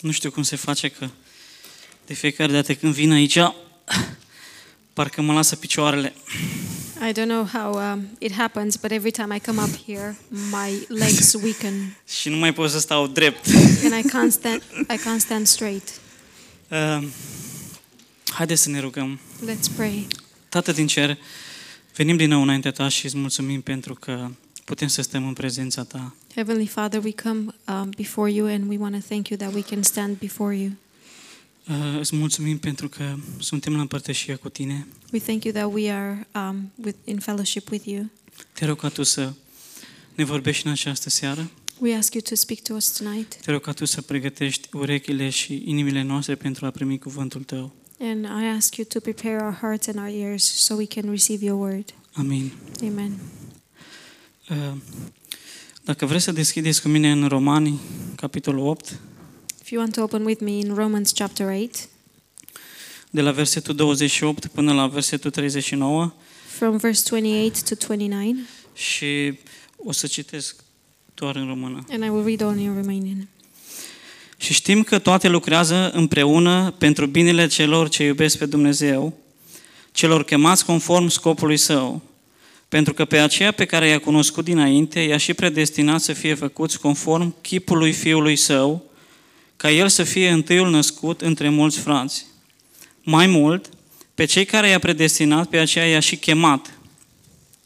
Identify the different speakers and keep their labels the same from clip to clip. Speaker 1: Nu știu cum se face că de fiecare dată când vin aici, parcă mă lasă picioarele.
Speaker 2: I don't know how um, it happens, but every time I come up here, my legs weaken
Speaker 1: Și nu mai pot să stau drept.
Speaker 2: and I can't stand. I can't stand straight.
Speaker 1: Uh, haideți să ne rugăm.
Speaker 2: Let's pray.
Speaker 1: Tată din cer, venim din nou înaintea ta și îți mulțumim pentru că putem să stăm în prezența ta.
Speaker 2: Heavenly Father, we come um, before you, and we want to thank you that we can stand before you.
Speaker 1: Uh, Îți mulțumim pentru că suntem la împărtășie cu tine.
Speaker 2: We thank you that we are um, with, in fellowship with you.
Speaker 1: Te rog ca tu să ne vorbești în această seară.
Speaker 2: We ask you to speak to us tonight,
Speaker 1: Te rog ca tu să pregătești urechile și inimile noastre pentru a primi cuvântul tău.
Speaker 2: and I ask you to prepare our hearts and our ears so we can receive your word.
Speaker 1: Amin.
Speaker 2: Amen.
Speaker 1: Uh, Dacă vreți să deschideți cu mine în Romani, capitolul 8,
Speaker 2: If you want to open with me in Romans chapter 8,
Speaker 1: de la versetul 28 până la versetul 39,
Speaker 2: from verse 28 to 29,
Speaker 1: și o să citesc doar în română.
Speaker 2: and I will read only in Romanian.
Speaker 1: Și știm că toate lucrează împreună pentru binele celor ce iubesc pe Dumnezeu, celor chemați conform scopului său, pentru că pe aceea pe care i-a cunoscut dinainte, i-a și predestinat să fie făcuți conform chipului fiului său, ca el să fie întâiul născut între mulți frați. Mai mult, pe cei care i-a predestinat, pe aceea i-a și chemat.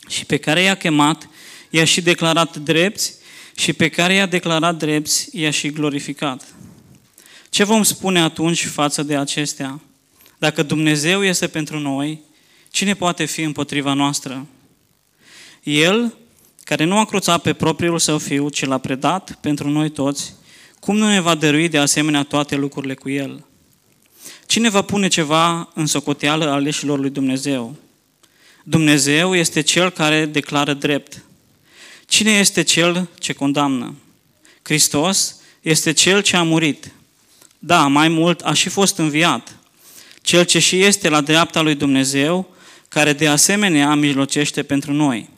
Speaker 1: Și pe care i-a chemat, i-a și declarat drepți, și pe care i-a declarat drepți, i-a și glorificat. Ce vom spune atunci față de acestea? Dacă Dumnezeu este pentru noi, cine poate fi împotriva noastră? El, care nu a cruțat pe propriul său fiu, ci l-a predat pentru noi toți, cum nu ne va dărui de asemenea toate lucrurile cu el? Cine va pune ceva în socoteală aleșilor lui Dumnezeu? Dumnezeu este cel care declară drept. Cine este cel ce condamnă? Hristos este cel ce a murit. Da, mai mult a și fost înviat. Cel ce și este la dreapta lui Dumnezeu, care de asemenea mijlocește pentru noi.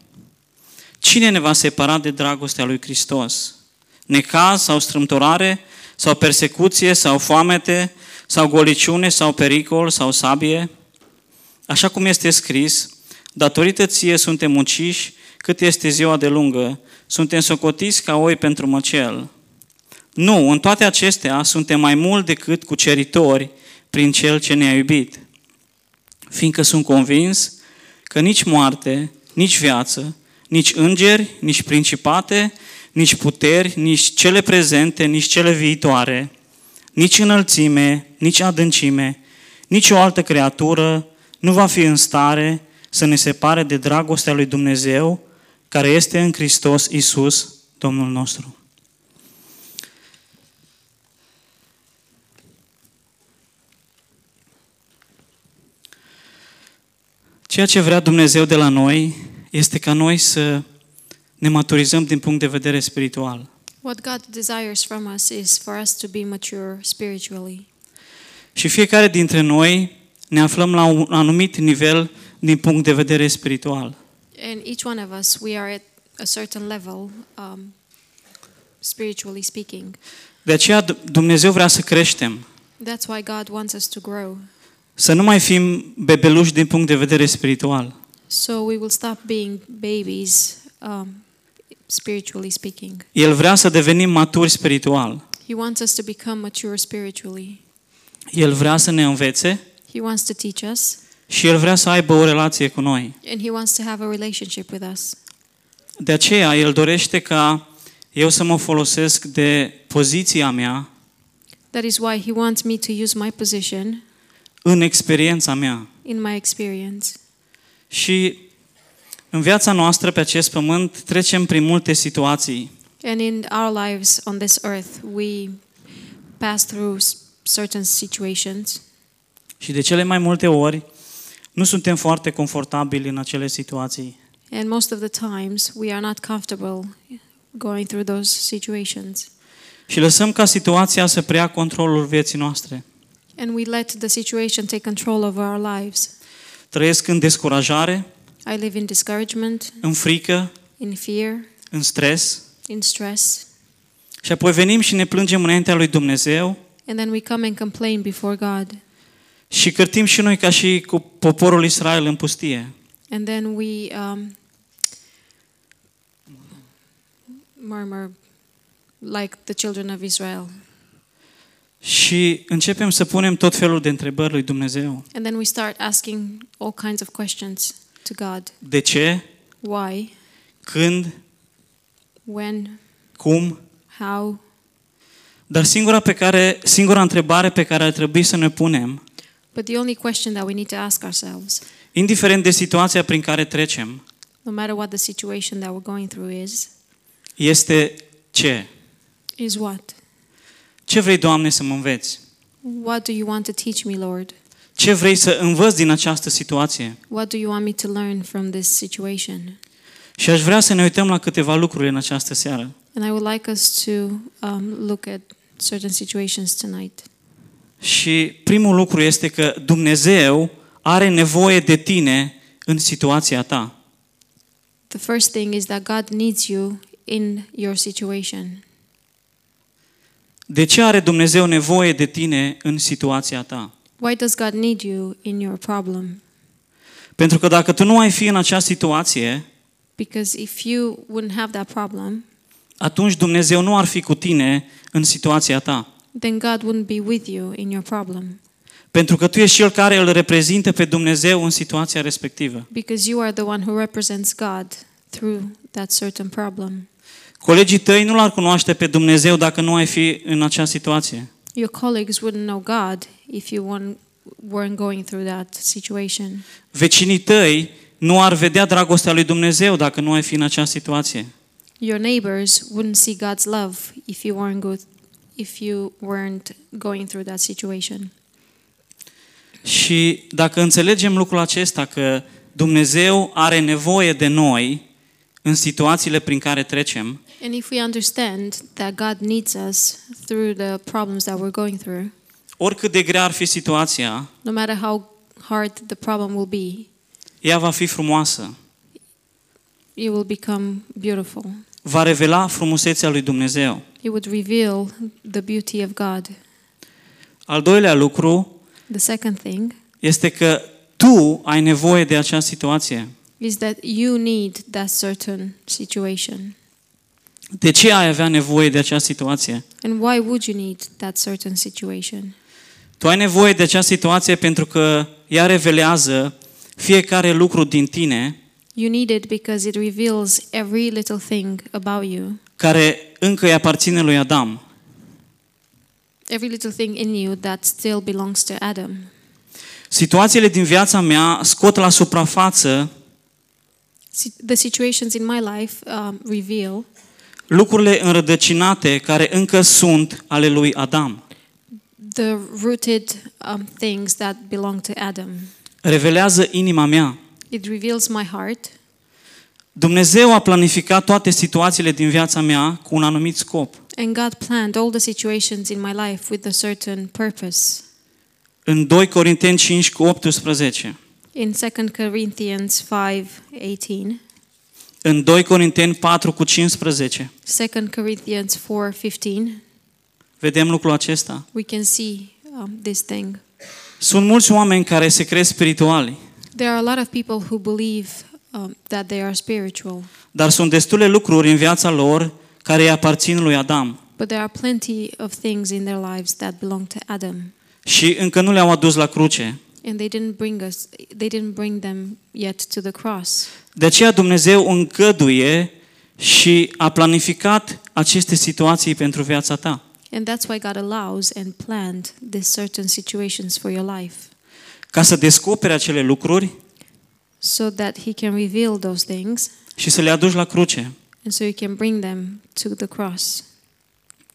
Speaker 1: Cine ne va separa de dragostea lui Hristos? Necaz sau strâmtorare, sau persecuție, sau foamete, sau goliciune, sau pericol, sau sabie? Așa cum este scris, datorită ție suntem uciși, cât este ziua de lungă, suntem socotiți ca oi pentru măcel. Nu, în toate acestea suntem mai mult decât cuceritori prin Cel ce ne-a iubit. Fiindcă sunt convins că nici moarte, nici viață, nici îngeri, nici principate, nici puteri, nici cele prezente, nici cele viitoare, nici înălțime, nici adâncime, nici o altă creatură nu va fi în stare să ne separe de dragostea lui Dumnezeu care este în Hristos Isus, Domnul nostru. Ceea ce vrea Dumnezeu de la noi este ca noi să ne maturizăm din punct de vedere spiritual.
Speaker 2: What God desires from us is for us to be mature spiritually.
Speaker 1: Și fiecare dintre noi ne aflăm la un anumit nivel din punct de vedere spiritual.
Speaker 2: And each one of us, we are at a certain level, um, spiritually speaking.
Speaker 1: De aceea D- Dumnezeu vrea să creștem,
Speaker 2: That's why God wants us to grow.
Speaker 1: să nu mai fim bebeluși din punct de vedere spiritual,
Speaker 2: So we will stop being babies, um, spiritually speaking.
Speaker 1: El vrea să devenim maturi spiritual.
Speaker 2: He wants us to become mature spiritually.
Speaker 1: El vrea să ne învețe
Speaker 2: He wants to teach us,
Speaker 1: și El vrea să aibă o relație cu noi.
Speaker 2: and He wants to have a relationship with us.
Speaker 1: De aceea El dorește ca eu să mă folosesc de poziția mea
Speaker 2: That is why He wants me to use my position
Speaker 1: în experiența mea.
Speaker 2: in my experience.
Speaker 1: Și în viața noastră pe acest pământ trecem prin multe situații.
Speaker 2: And in our lives on this earth, we pass through s- certain situations,
Speaker 1: Și de cele mai multe ori nu suntem foarte confortabili în acele situații.
Speaker 2: and most of the times we are not comfortable going through those situations.
Speaker 1: Și lăsăm ca situația să preia controlul vieții noastre.
Speaker 2: And we let the situation take control over our lives.
Speaker 1: Trăiesc în descurajare,
Speaker 2: I live in discouragement,
Speaker 1: în frică,
Speaker 2: in fear,
Speaker 1: în stres.
Speaker 2: in stress,
Speaker 1: Și apoi venim și ne plângem înaintea lui Dumnezeu
Speaker 2: and then we come and complain before God.
Speaker 1: Și cârtim și noi ca și cu poporul Israel în pustie.
Speaker 2: And then we um, murmur like the children of Israel.
Speaker 1: Și începem să punem tot felul de întrebări lui Dumnezeu.
Speaker 2: And then we start asking all kinds of questions to God
Speaker 1: De ce?
Speaker 2: why,
Speaker 1: Când?
Speaker 2: when,
Speaker 1: Cum?
Speaker 2: how.
Speaker 1: Dar singura, pe care, singura întrebare pe care ar trebui să ne punem,
Speaker 2: But the only question that we need to ask ourselves,
Speaker 1: indiferent de situația prin care trecem,
Speaker 2: no matter what the situation that we're going through is,
Speaker 1: este ce?
Speaker 2: is what?
Speaker 1: Ce vrei, Doamne, să mă înveți?
Speaker 2: What do you want to teach me, Lord?
Speaker 1: Ce vrei să învăț din această situație?
Speaker 2: What do you want me to learn from this situation?
Speaker 1: Și aș vrea să ne uităm la câteva lucruri în această seară.
Speaker 2: And I would like us to um, look at certain situations tonight.
Speaker 1: Și primul lucru este că Dumnezeu are nevoie de tine în situația ta.
Speaker 2: The first thing is that God needs you in your situation.
Speaker 1: De ce are Dumnezeu nevoie de tine în situația ta?
Speaker 2: Why does God need you in your problem?
Speaker 1: Pentru că dacă tu nu ai fi în acea situație,
Speaker 2: Because if you wouldn't have that problem,
Speaker 1: atunci Dumnezeu nu ar fi cu tine în situația ta.
Speaker 2: then God wouldn't be with you in your problem.
Speaker 1: Pentru că tu ești cel care îl reprezintă pe Dumnezeu în situația respectivă.
Speaker 2: Because you are the one who represents God through that certain problem.
Speaker 1: Colegii tăi nu l-ar cunoaște pe Dumnezeu dacă nu ai fi în acea situație.
Speaker 2: Your colleagues wouldn't know God if you weren't, weren't going through that situation.
Speaker 1: Vecinii tăi nu ar vedea dragostea lui Dumnezeu dacă nu ai fi în acea situație.
Speaker 2: Your neighbors wouldn't see God's love if you weren't go- if you weren't going through that situation.
Speaker 1: Și dacă înțelegem lucrul acesta că Dumnezeu are nevoie de noi în situațiile prin care trecem,
Speaker 2: And if we understand that God needs us through the problems that we're going through,
Speaker 1: oricât de grea ar fi situația,
Speaker 2: no matter how hard the problem will be,
Speaker 1: ea va fi frumoasă.
Speaker 2: it will become beautiful.
Speaker 1: Va revela frumusețea lui Dumnezeu.
Speaker 2: It would reveal the beauty of God.
Speaker 1: Al doilea lucru
Speaker 2: The second thing
Speaker 1: este că tu ai nevoie de acea situație.
Speaker 2: is that you need that certain situation.
Speaker 1: De ce ai avea nevoie de acea situație?
Speaker 2: And why would you need that certain situation?
Speaker 1: Tu ai nevoie de acea situație pentru că ea revelează fiecare lucru din tine
Speaker 2: You need it because it reveals every little thing about you,
Speaker 1: care încă îi aparține lui Adam.
Speaker 2: every little thing in you that still belongs to Adam.
Speaker 1: Situațiile din viața mea scot la suprafață
Speaker 2: Si- The situations in my life um, reveal
Speaker 1: lucrurile înrădăcinate care încă sunt ale lui Adam.
Speaker 2: the rooted um, things that belong to Adam.
Speaker 1: Revelează inima mea.
Speaker 2: It reveals my heart.
Speaker 1: Dumnezeu a planificat toate situațiile din viața mea cu un anumit scop.
Speaker 2: And God planned all the situations in my life with a certain purpose.
Speaker 1: În 2 Corinteni 5 cu 18.
Speaker 2: In 2 Corinthians 5 18,
Speaker 1: În 2 Corinteni 4 cu 15.
Speaker 2: 2 Corinthians 4 15,
Speaker 1: Vedem lucrul acesta.
Speaker 2: we can see um, this thing.
Speaker 1: Sunt mulți oameni care se cred spirituali,
Speaker 2: There are a lot of people who believe um, that they are spiritual,
Speaker 1: dar sunt destule lucruri în viața lor care îi aparțin lui Adam
Speaker 2: but there are plenty of things in their lives that belong to Adam,
Speaker 1: și încă nu le-au adus la cruce.
Speaker 2: and they didn't bring us. They didn't bring them yet to the cross.
Speaker 1: De aceea Dumnezeu încăduie și a planificat aceste situații pentru viața ta.
Speaker 2: And that's why God allows and planned these certain situations for your life,
Speaker 1: Ca să descoperi acele lucruri
Speaker 2: so that He can reveal those things,
Speaker 1: și să le aduci la cruce.
Speaker 2: and so you can bring them to the cross.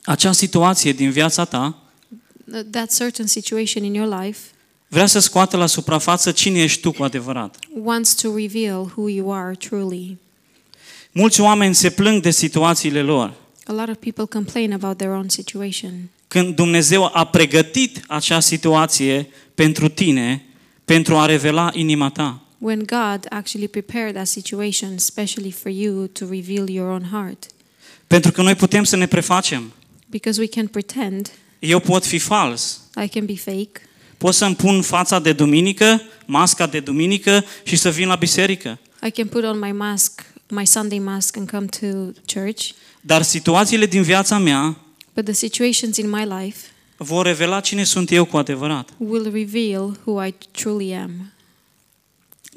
Speaker 1: Acea situație din viața ta
Speaker 2: Th- uh, That certain situation in your life
Speaker 1: vrea să scoată la suprafață cine ești tu cu adevărat.
Speaker 2: wants to reveal who you are truly.
Speaker 1: Mulți oameni se plâng de situațiile lor,
Speaker 2: A lot of people complain about their own situation.
Speaker 1: când Dumnezeu a pregătit acea situație pentru tine, pentru a revela inima ta.
Speaker 2: when God actually prepared that situation specially for you to reveal your own heart.
Speaker 1: Pentru că noi putem să ne prefacem,
Speaker 2: Because we can pretend
Speaker 1: Eu pot fi fals.
Speaker 2: I can be fake.
Speaker 1: Pot să-mi pun fața de duminică, masca de duminică și să vin la biserică.
Speaker 2: I can put on my mask, my Sunday mask, and come to church.
Speaker 1: Dar situațiile din viața mea
Speaker 2: But the situations in my life
Speaker 1: vor revela cine sunt eu cu adevărat.
Speaker 2: will reveal who I truly am.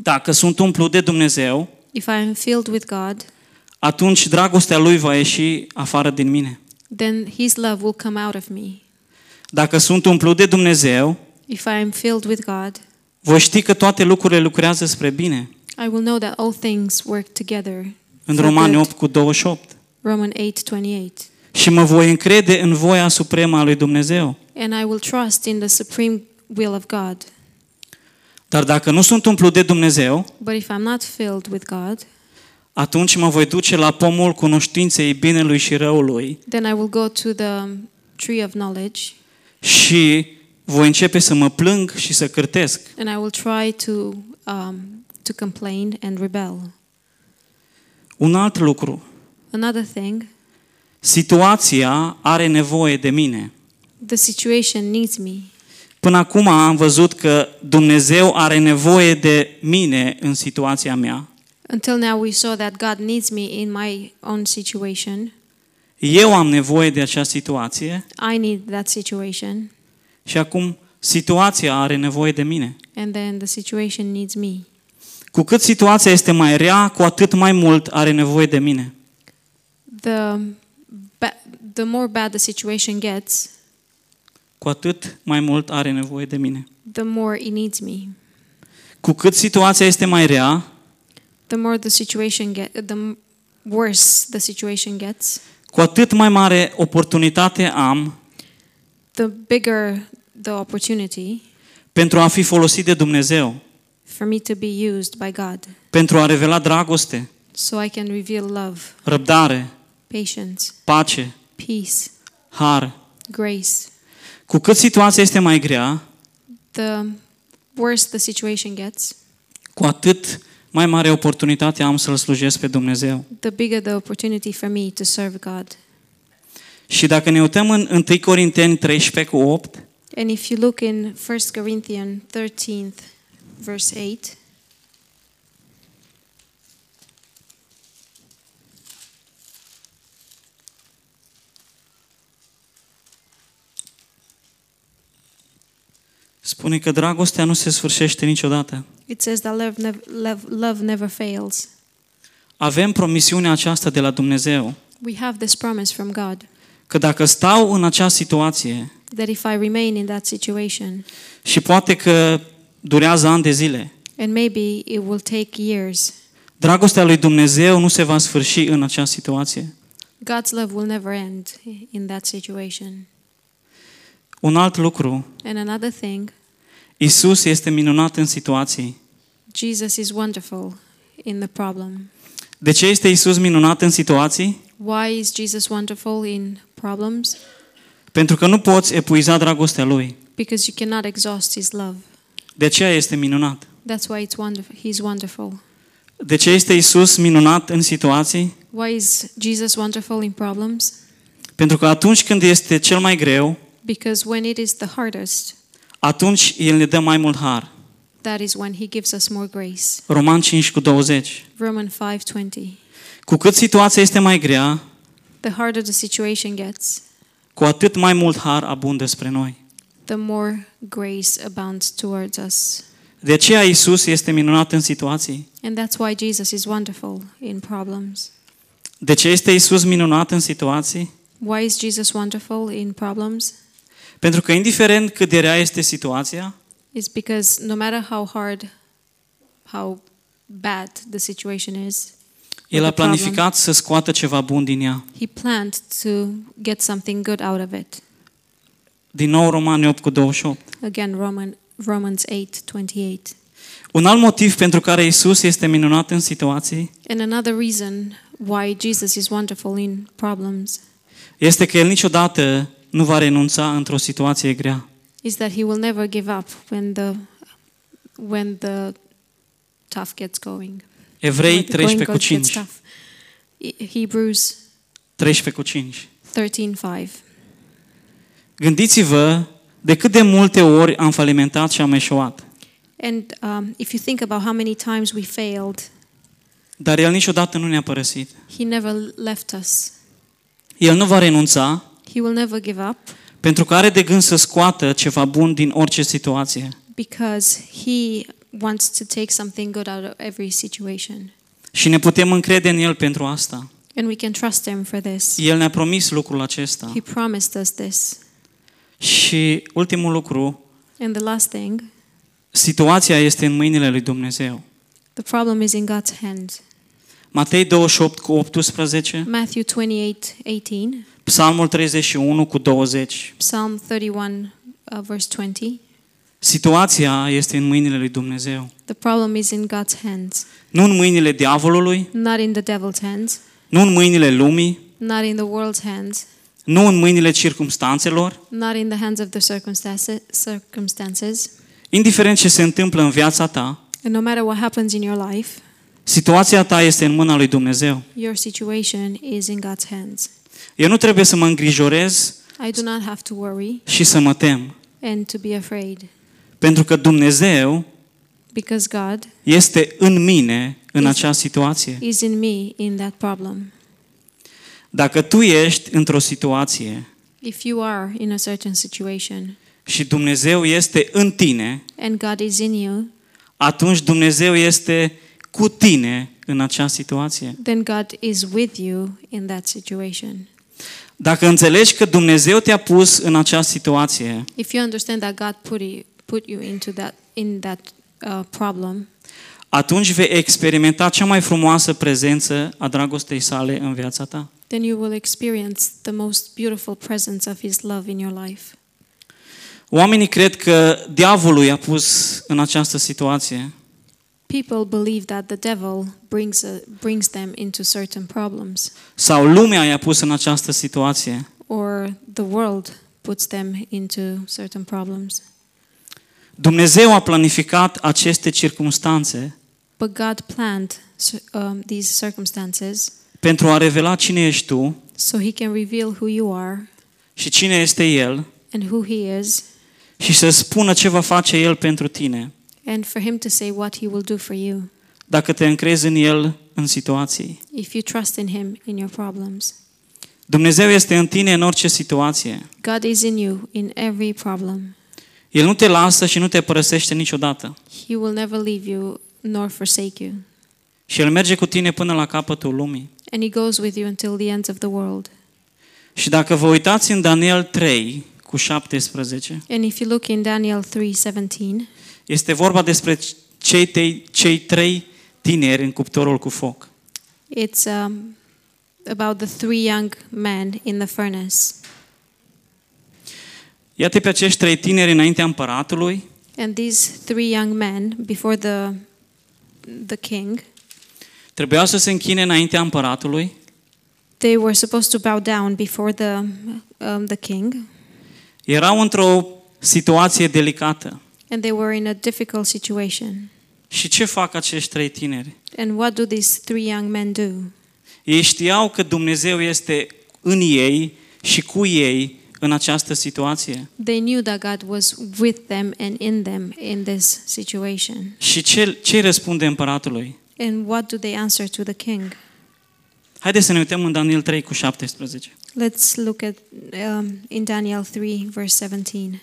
Speaker 1: Dacă sunt umplut de Dumnezeu,
Speaker 2: If I am filled with God,
Speaker 1: atunci dragostea Lui va ieși afară din mine.
Speaker 2: then His love will come out of me.
Speaker 1: Dacă sunt umplut de Dumnezeu,
Speaker 2: If I am filled with God,
Speaker 1: voi ști că toate lucrurile lucrează spre bine.
Speaker 2: I will know that all things work together.
Speaker 1: În
Speaker 2: for
Speaker 1: Romani
Speaker 2: good.
Speaker 1: 8 cu 28.
Speaker 2: Roman 8:28.
Speaker 1: Și mă voi încrede în voia supremă a lui Dumnezeu.
Speaker 2: And I will trust in the supreme will of God.
Speaker 1: Dar dacă nu sunt umplut de Dumnezeu,
Speaker 2: But if I'm not filled with God,
Speaker 1: atunci mă voi duce la pomul cunoștinței binelui și răului
Speaker 2: then I will go to the tree of knowledge
Speaker 1: și voi începe să mă plâng și să cârtesc.
Speaker 2: and I will try to um, to complain and rebel.
Speaker 1: Un alt lucru.
Speaker 2: Another thing,
Speaker 1: Situația are nevoie de mine.
Speaker 2: the situation needs me.
Speaker 1: Până acum am văzut că Dumnezeu are nevoie de mine în situația mea.
Speaker 2: Until now, we saw that God needs me in my own situation.
Speaker 1: Eu am nevoie de acea situație
Speaker 2: I need that situation,
Speaker 1: și acum situația are nevoie de mine.
Speaker 2: and then the situation needs me.
Speaker 1: Cu cât situația este mai rea, cu atât mai mult are nevoie de mine.
Speaker 2: The ba- the more bad the situation gets,
Speaker 1: Cu atât mai mult are nevoie de mine.
Speaker 2: the more it needs me.
Speaker 1: Cu cât situația este mai rea,
Speaker 2: The more the situation get, the m- worse the situation gets.
Speaker 1: cu atât mai mare oportunitate am
Speaker 2: The bigger the opportunity
Speaker 1: pentru a fi folosit de Dumnezeu,
Speaker 2: for me to be used by God,
Speaker 1: pentru a revela dragoste,
Speaker 2: so I can reveal love,
Speaker 1: răbdare,
Speaker 2: patience,
Speaker 1: pace,
Speaker 2: peace,
Speaker 1: har.
Speaker 2: grace.
Speaker 1: Cu cât situația este mai grea,
Speaker 2: The worse the situation gets,
Speaker 1: cu atât mai mare oportunitate am să-L slujesc pe Dumnezeu.
Speaker 2: the bigger the opportunity for me to serve God.
Speaker 1: Și dacă ne uităm în 1 Corinteni 13 cu 8,
Speaker 2: And if you look in 1 Corinthians 13th verse 8,
Speaker 1: spune că dragostea nu se sfârșește niciodată.
Speaker 2: it says that love, nev- love, love never fails.
Speaker 1: Avem promisiunea aceasta de la Dumnezeu,
Speaker 2: We have this promise from God
Speaker 1: că dacă stau în acea situație
Speaker 2: that if I remain in that situation,
Speaker 1: și poate că durează ani de zile,
Speaker 2: and maybe it will take years,
Speaker 1: dragostea lui Dumnezeu nu se va sfârși în acea situație.
Speaker 2: God's love will never end in that situation.
Speaker 1: Un alt lucru,
Speaker 2: And another thing,
Speaker 1: Isus este minunat în situații.
Speaker 2: Jesus is wonderful in the problem.
Speaker 1: De ce este Isus minunat în situații?
Speaker 2: Why is Jesus wonderful in problems?
Speaker 1: Pentru că nu poți epuiza dragostea lui.
Speaker 2: Because you cannot exhaust his love.
Speaker 1: De ce este minunat?
Speaker 2: That's why it's wonderful. He's wonderful.
Speaker 1: De ce este Isus minunat în situații?
Speaker 2: Why is Jesus wonderful in problems?
Speaker 1: Pentru că atunci când este cel mai greu,
Speaker 2: Because when it is the hardest,
Speaker 1: atunci El ne dă mai mult har.
Speaker 2: that is when he gives us more grace.
Speaker 1: Roman 5 cu 20.
Speaker 2: Romans 5:20.
Speaker 1: Cu cât situația este mai grea,
Speaker 2: The harder the situation gets,
Speaker 1: cu atât mai mult har abundă spre noi.
Speaker 2: the more grace abounds towards us.
Speaker 1: De aceea Isus este minunat în situații.
Speaker 2: And that's why Jesus is wonderful in problems.
Speaker 1: De ce este Isus minunat în situații?
Speaker 2: Why is Jesus wonderful in problems?
Speaker 1: Pentru că indiferent cât de rea este situația,
Speaker 2: It's because no matter how hard, how bad the situation is,
Speaker 1: El a
Speaker 2: The problem.
Speaker 1: planificat să scoată ceva bun din ea.
Speaker 2: he planned to get something good out of it.
Speaker 1: Din nou Romani 8 cu 28.
Speaker 2: Again, Roman, Romans 8 28.
Speaker 1: Un alt motiv pentru care Isus este minunat în situații
Speaker 2: And another reason why Jesus is wonderful in problems
Speaker 1: este că El niciodată nu va renunța într-o situație grea.
Speaker 2: is that he will never give up when the when the tough gets going.
Speaker 1: Evrei
Speaker 2: When
Speaker 1: 13
Speaker 2: the going
Speaker 1: cu
Speaker 2: goes- gets
Speaker 1: 5.
Speaker 2: tough. He- Hebrews
Speaker 1: 13 cu 5.
Speaker 2: 13:5.
Speaker 1: Gândiți-vă de cât de multe ori am falimentat și am eșuat.
Speaker 2: And um, if you think about how many times we failed,
Speaker 1: Dar El niciodată nu ne-a părăsit.
Speaker 2: He never left us.
Speaker 1: El nu va renunța
Speaker 2: He will never give up
Speaker 1: pentru că are de gând să scoată ceva bun din orice situație.
Speaker 2: because He wants to take something good out of every situation.
Speaker 1: Și ne putem încrede în El pentru asta.
Speaker 2: And we can trust Him for this.
Speaker 1: El ne-a promis lucrul acesta.
Speaker 2: He promised us this.
Speaker 1: Și ultimul lucru,
Speaker 2: And the last thing,
Speaker 1: situația este în mâinile lui Dumnezeu.
Speaker 2: the problem is in God's hand.
Speaker 1: Matei 28 cu 18,
Speaker 2: Matthew 28 18,
Speaker 1: Psalmul 31 cu 20.
Speaker 2: Psalm 31, uh, verse 20.
Speaker 1: Situația este în mâinile lui Dumnezeu.
Speaker 2: The problem is in God's hands,
Speaker 1: Nu în mâinile diavolului,
Speaker 2: not in the devil's hands,
Speaker 1: nu în mâinile lumii,
Speaker 2: not in the world's hands,
Speaker 1: nu în mâinile circumstanțelor.
Speaker 2: not in the hands of the circumstances. circumstances.
Speaker 1: Indiferent ce se întâmplă în viața ta,
Speaker 2: And no matter what happens in your life,
Speaker 1: situația ta este în mâna lui Dumnezeu.
Speaker 2: your situation is in God's hands.
Speaker 1: Eu nu trebuie să mă îngrijorez
Speaker 2: I do not have to worry
Speaker 1: și să mă tem,
Speaker 2: and to be afraid
Speaker 1: pentru că Dumnezeu
Speaker 2: because God
Speaker 1: este în mine în acea situație.
Speaker 2: is in me in that problem.
Speaker 1: Dacă tu ești într-o situație
Speaker 2: If you are in a certain situation
Speaker 1: și Dumnezeu este în tine,
Speaker 2: and God is in you,
Speaker 1: atunci Dumnezeu este cu tine în acea situație.
Speaker 2: then God is with you in that situation.
Speaker 1: Dacă înțelegi că Dumnezeu te-a pus în acea situație,
Speaker 2: If you understand that God put you, put you into that in that uh, problem,
Speaker 1: atunci vei experimenta cea mai frumoasă prezență a dragostei sale în viața ta.
Speaker 2: then you will experience the most beautiful presence of His love in your life.
Speaker 1: Oamenii cred că diavolul i-a pus în această situație,
Speaker 2: People believe that the devil brings uh, brings them into certain problems,
Speaker 1: sau lumea i-a pus în această situație,
Speaker 2: or the world puts them into certain problems.
Speaker 1: Dumnezeu a planificat aceste circumstanțe
Speaker 2: But God planned cir- um, these circumstances
Speaker 1: pentru a revela cine ești tu
Speaker 2: so He can reveal who you are
Speaker 1: și cine este El
Speaker 2: and who He is,
Speaker 1: și să spună ce va face El pentru tine,
Speaker 2: and for Him to say what He will do for you
Speaker 1: dacă te încrezi în El în situații.
Speaker 2: if you trust in Him in your problems.
Speaker 1: Dumnezeu este în tine în orice situație.
Speaker 2: God is in you in every problem.
Speaker 1: El nu te lasă și nu te părăsește niciodată.
Speaker 2: He will never leave you nor forsake you.
Speaker 1: Și El merge cu tine până la capătul lumii.
Speaker 2: And He goes with you until the ends of the world.
Speaker 1: Și dacă vă uitați în Daniel 3, cu 17,
Speaker 2: And if you look in Daniel 3:17,
Speaker 1: este vorba despre cei, te- cei trei tineri în cuptorul cu foc.
Speaker 2: it's um, about the three young men in the furnace.
Speaker 1: Iată pe acești trei tineri înaintea împăratului
Speaker 2: And these three young men before the the king,
Speaker 1: Trebuiau să se închine înaintea împăratului
Speaker 2: they were supposed to bow down before the um, the king,
Speaker 1: Erau într-o situație delicată.
Speaker 2: and they were in a difficult situation.
Speaker 1: Și ce fac acești trei tineri?
Speaker 2: And what do these three young men do?
Speaker 1: Ei știau că Dumnezeu este în ei și cu ei în această situație.
Speaker 2: They knew that God was with them and in them in this situation.
Speaker 1: Și ce ce răspunde împăratului?
Speaker 2: And what do they answer to the king?
Speaker 1: Haideți să ne uităm în Daniel 3 cu 17.
Speaker 2: Let's look at um, in Daniel 3, verse 17.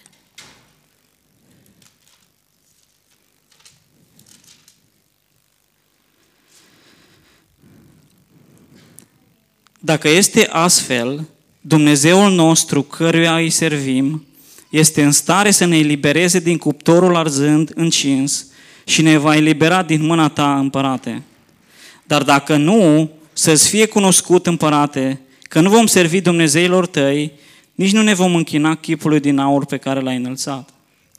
Speaker 1: Dacă este astfel, Dumnezeul nostru căruia îi servim este în stare să ne elibereze din cuptorul arzând încins și ne va elibera din mâna ta, împărate. Dar dacă nu, să-ți fie cunoscut, împărate, că nu vom servi Dumnezeilor tăi, nici nu ne vom închina chipului din aur pe care l-ai înălțat.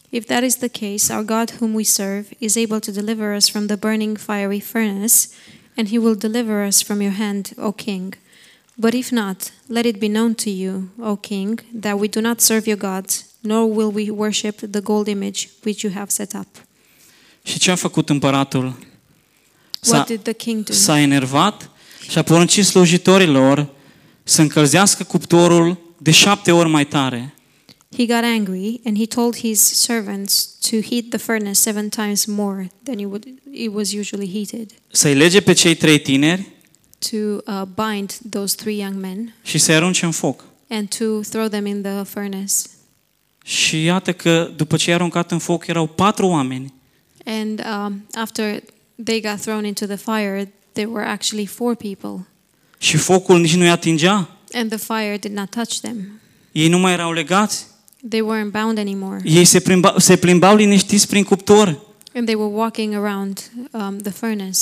Speaker 2: If that is the case, our God, whom we serve, is able to deliver us from the burning fiery furnace, and he will deliver us from your hand, O king. But if not, let it be known to you, O king, that we do not serve your gods, nor will we worship the gold image which you have set up.
Speaker 1: Și ce a făcut împăratul? S-a-
Speaker 2: What did the king do?
Speaker 1: s-a enervat și a poruncit slujitorilor să încălzească cuptorul de șapte ori mai tare.
Speaker 2: He got angry, and he told his servants to heat the furnace seven times more than it, would, it was usually heated,
Speaker 1: să-i lege pe cei trei tineri
Speaker 2: to uh, bind those three young men
Speaker 1: și să-i arunce în foc.
Speaker 2: and to throw them in the furnace.
Speaker 1: Și iată că după ce i-a aruncat în foc erau patru oameni
Speaker 2: And um, after they got thrown into the fire, there were actually four people,
Speaker 1: și focul nici nu-i atingea.
Speaker 2: and the fire did not touch them.
Speaker 1: Ei nu mai erau legați.
Speaker 2: They weren't bound anymore,
Speaker 1: Ei se, plimba, se plimbau liniștiți prin cuptor.
Speaker 2: and they were walking around um, the furnace.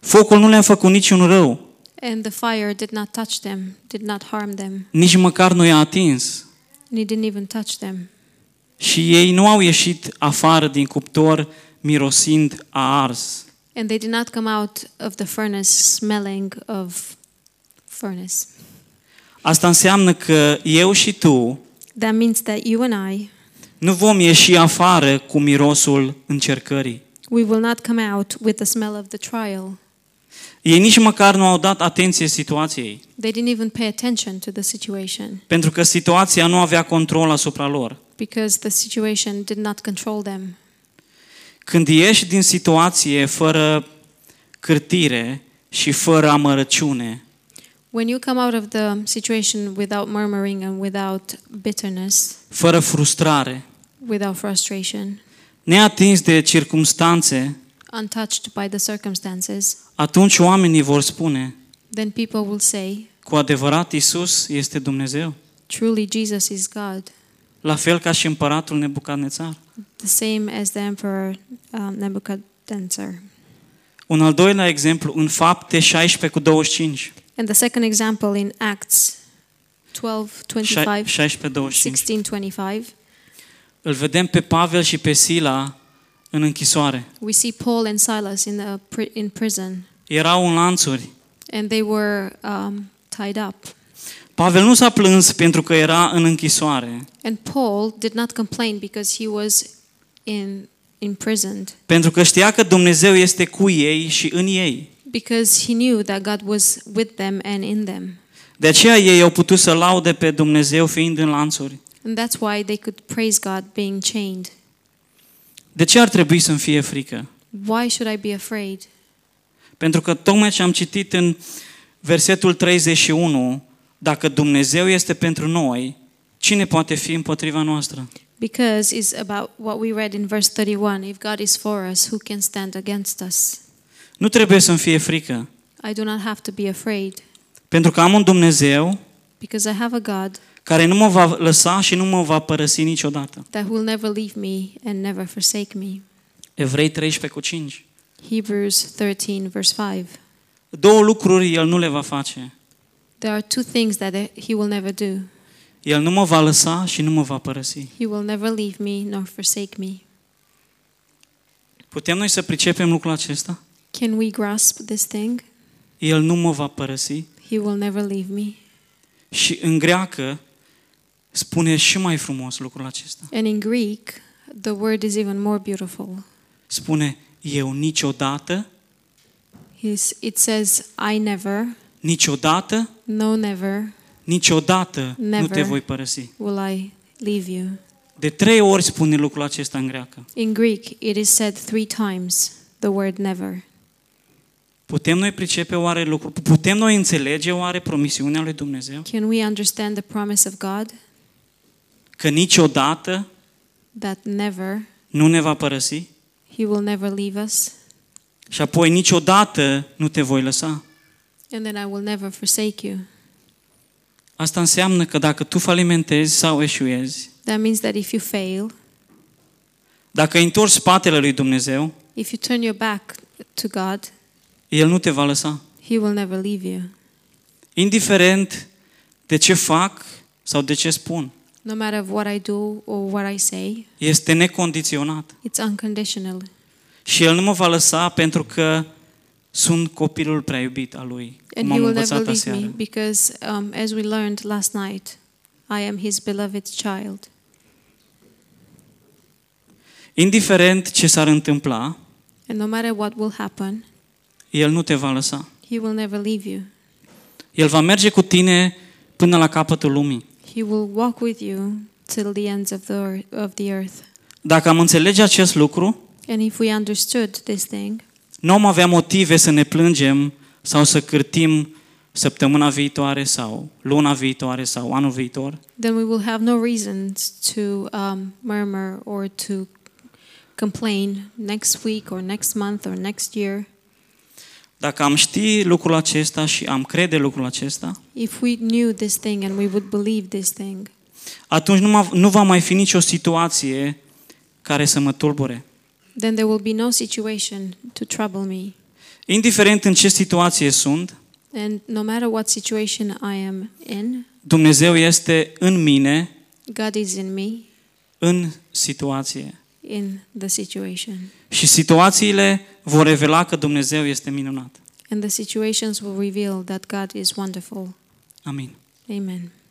Speaker 1: Focul nu le-a făcut niciun rău,
Speaker 2: And the fire did not touch them, did not harm them,
Speaker 1: nici măcar nu i-a atins.
Speaker 2: and it didn't even touch them.
Speaker 1: Și ei nu au ieșit afară din cuptor mirosind a ars.
Speaker 2: And they did not come out of the furnace smelling of furnace.
Speaker 1: Asta înseamnă că eu și tu
Speaker 2: That means that you and I,
Speaker 1: nu vom ieși afară cu mirosul încercării.
Speaker 2: we will not come out with the smell of the trial.
Speaker 1: Ei nici măcar nu au dat atenție situației,
Speaker 2: They didn't even pay attention to the situation
Speaker 1: pentru că situația nu avea control asupra lor.
Speaker 2: because the situation did not control them.
Speaker 1: Când ieși din situație fără cârtire și fără amărăciune,
Speaker 2: When you come out of the situation without murmuring and without bitterness,
Speaker 1: fără frustrare,
Speaker 2: without frustration,
Speaker 1: neatins de circumstanțe,
Speaker 2: untouched by the circumstances,
Speaker 1: atunci oamenii vor spune,
Speaker 2: then people will say,
Speaker 1: cu adevărat Isus este Dumnezeu,
Speaker 2: Truly, Jesus is God,
Speaker 1: la fel ca și împăratul Nebucadnețar.
Speaker 2: the same as the Emperor um, Nebuchadnezzar.
Speaker 1: Un al doilea exemplu, în fapte 16 cu 25.
Speaker 2: And the second example in Acts 12 25,
Speaker 1: 16 25.
Speaker 2: 16 25,
Speaker 1: Îl vedem pe Pavel și pe Sila în închisoare.
Speaker 2: we see Paul and Silas in, the, pri- in prison
Speaker 1: Erau în lanțuri.
Speaker 2: and they were um, tied up.
Speaker 1: Pavel nu s-a plâns pentru că era în închisoare,
Speaker 2: And Paul did not complain because he was in, imprisoned,
Speaker 1: pentru că știa că Dumnezeu este cu ei și în ei.
Speaker 2: because he knew that God was with them and in them.
Speaker 1: De aceea ei au putut să laude pe Dumnezeu fiind în lanțuri.
Speaker 2: And that's why they could praise God being chained.
Speaker 1: De ce ar trebui să-mi fie frică?
Speaker 2: Why should I be afraid?
Speaker 1: Pentru că tocmai ce am citit în versetul 31, dacă Dumnezeu este pentru noi, cine poate fi împotriva noastră?
Speaker 2: Because it's about what we read in verse 31 if God is for us, who can stand against us?
Speaker 1: Nu trebuie să-mi fie frică,
Speaker 2: I do not have to be afraid
Speaker 1: pentru că am un Dumnezeu
Speaker 2: because I have a God
Speaker 1: care nu mă va lăsa și nu mă va părăsi niciodată.
Speaker 2: that will never leave me and never forsake me.
Speaker 1: Evrei 13 cu 5.
Speaker 2: Hebrews 13, verse 5.
Speaker 1: Două lucruri el nu le va face.
Speaker 2: There are two things that he will never do.
Speaker 1: El nu mă va lăsa și nu mă va părăsi.
Speaker 2: He will never leave me nor forsake me.
Speaker 1: Putem noi să pricepem lucrul acesta?
Speaker 2: Can we grasp this thing?
Speaker 1: El nu mă va părăsi.
Speaker 2: He will never leave me.
Speaker 1: Și în greacă spune și mai frumos lucrul acesta.
Speaker 2: And in Greek, the word is even more beautiful.
Speaker 1: Spune, eu niciodată,
Speaker 2: He's, it says, I never,
Speaker 1: niciodată,
Speaker 2: no, never
Speaker 1: niciodată nu
Speaker 2: Never.
Speaker 1: te voi părăsi.
Speaker 2: will I leave you.
Speaker 1: De trei ori spune lucrul acesta în greacă.
Speaker 2: In Greek, it is said three times the word never.
Speaker 1: Putem noi pricepe oare lucru? Putem noi înțelege oare promisiunea lui Dumnezeu?
Speaker 2: Can we understand the promise of God
Speaker 1: Că niciodată
Speaker 2: that never,
Speaker 1: nu ne va părăsi
Speaker 2: He will never leave us,
Speaker 1: și apoi niciodată nu te voi lăsa.
Speaker 2: and then I will never forsake you?
Speaker 1: Asta înseamnă că dacă tu falimentezi sau eșuezi,
Speaker 2: That means that if you fail,
Speaker 1: dacă îi întorci spatele lui Dumnezeu,
Speaker 2: if you turn your back to God,
Speaker 1: El nu te va lăsa.
Speaker 2: He will never leave you.
Speaker 1: Indiferent de ce fac sau de ce spun,
Speaker 2: No matter what I do or what I say,
Speaker 1: este necondiționat.
Speaker 2: it's unconditional.
Speaker 1: Și El nu mă va lăsa pentru că sunt copilul prea iubit al Lui,
Speaker 2: And
Speaker 1: cum am
Speaker 2: He will never
Speaker 1: învățat
Speaker 2: leave me
Speaker 1: aseară.
Speaker 2: because, um, as we learned last night, I am His beloved child.
Speaker 1: Indiferent ce s-ar întâmpla,
Speaker 2: And no matter what will happen,
Speaker 1: El nu te va lăsa.
Speaker 2: He will never leave you.
Speaker 1: El va merge cu tine până la capătul lumii.
Speaker 2: He will walk with you till the ends of the, ear- of the earth.
Speaker 1: Dacă am înțelege acest lucru,
Speaker 2: And if we understood this thing,
Speaker 1: nu am avea motive să ne plângem sau să cârtim săptămâna viitoare sau luna viitoare sau anul viitor,
Speaker 2: then we will have no reasons to um, murmur or to complain next week or next month or next year.
Speaker 1: Dacă am ști lucrul acesta și am crede lucrul acesta,
Speaker 2: If we knew this thing and we would believe this thing,
Speaker 1: atunci nu, ma- nu va mai fi nicio situație care să mă tulbure.
Speaker 2: then there will be no situation to trouble me.
Speaker 1: Indiferent în ce situație sunt,
Speaker 2: And no matter what situation I am in,
Speaker 1: Dumnezeu este în mine,
Speaker 2: God is in me
Speaker 1: în situație.
Speaker 2: in the situation.
Speaker 1: Și situațiile vor revela că Dumnezeu este minunat.
Speaker 2: And the situations will reveal that God is wonderful.
Speaker 1: Amin.
Speaker 2: Amen.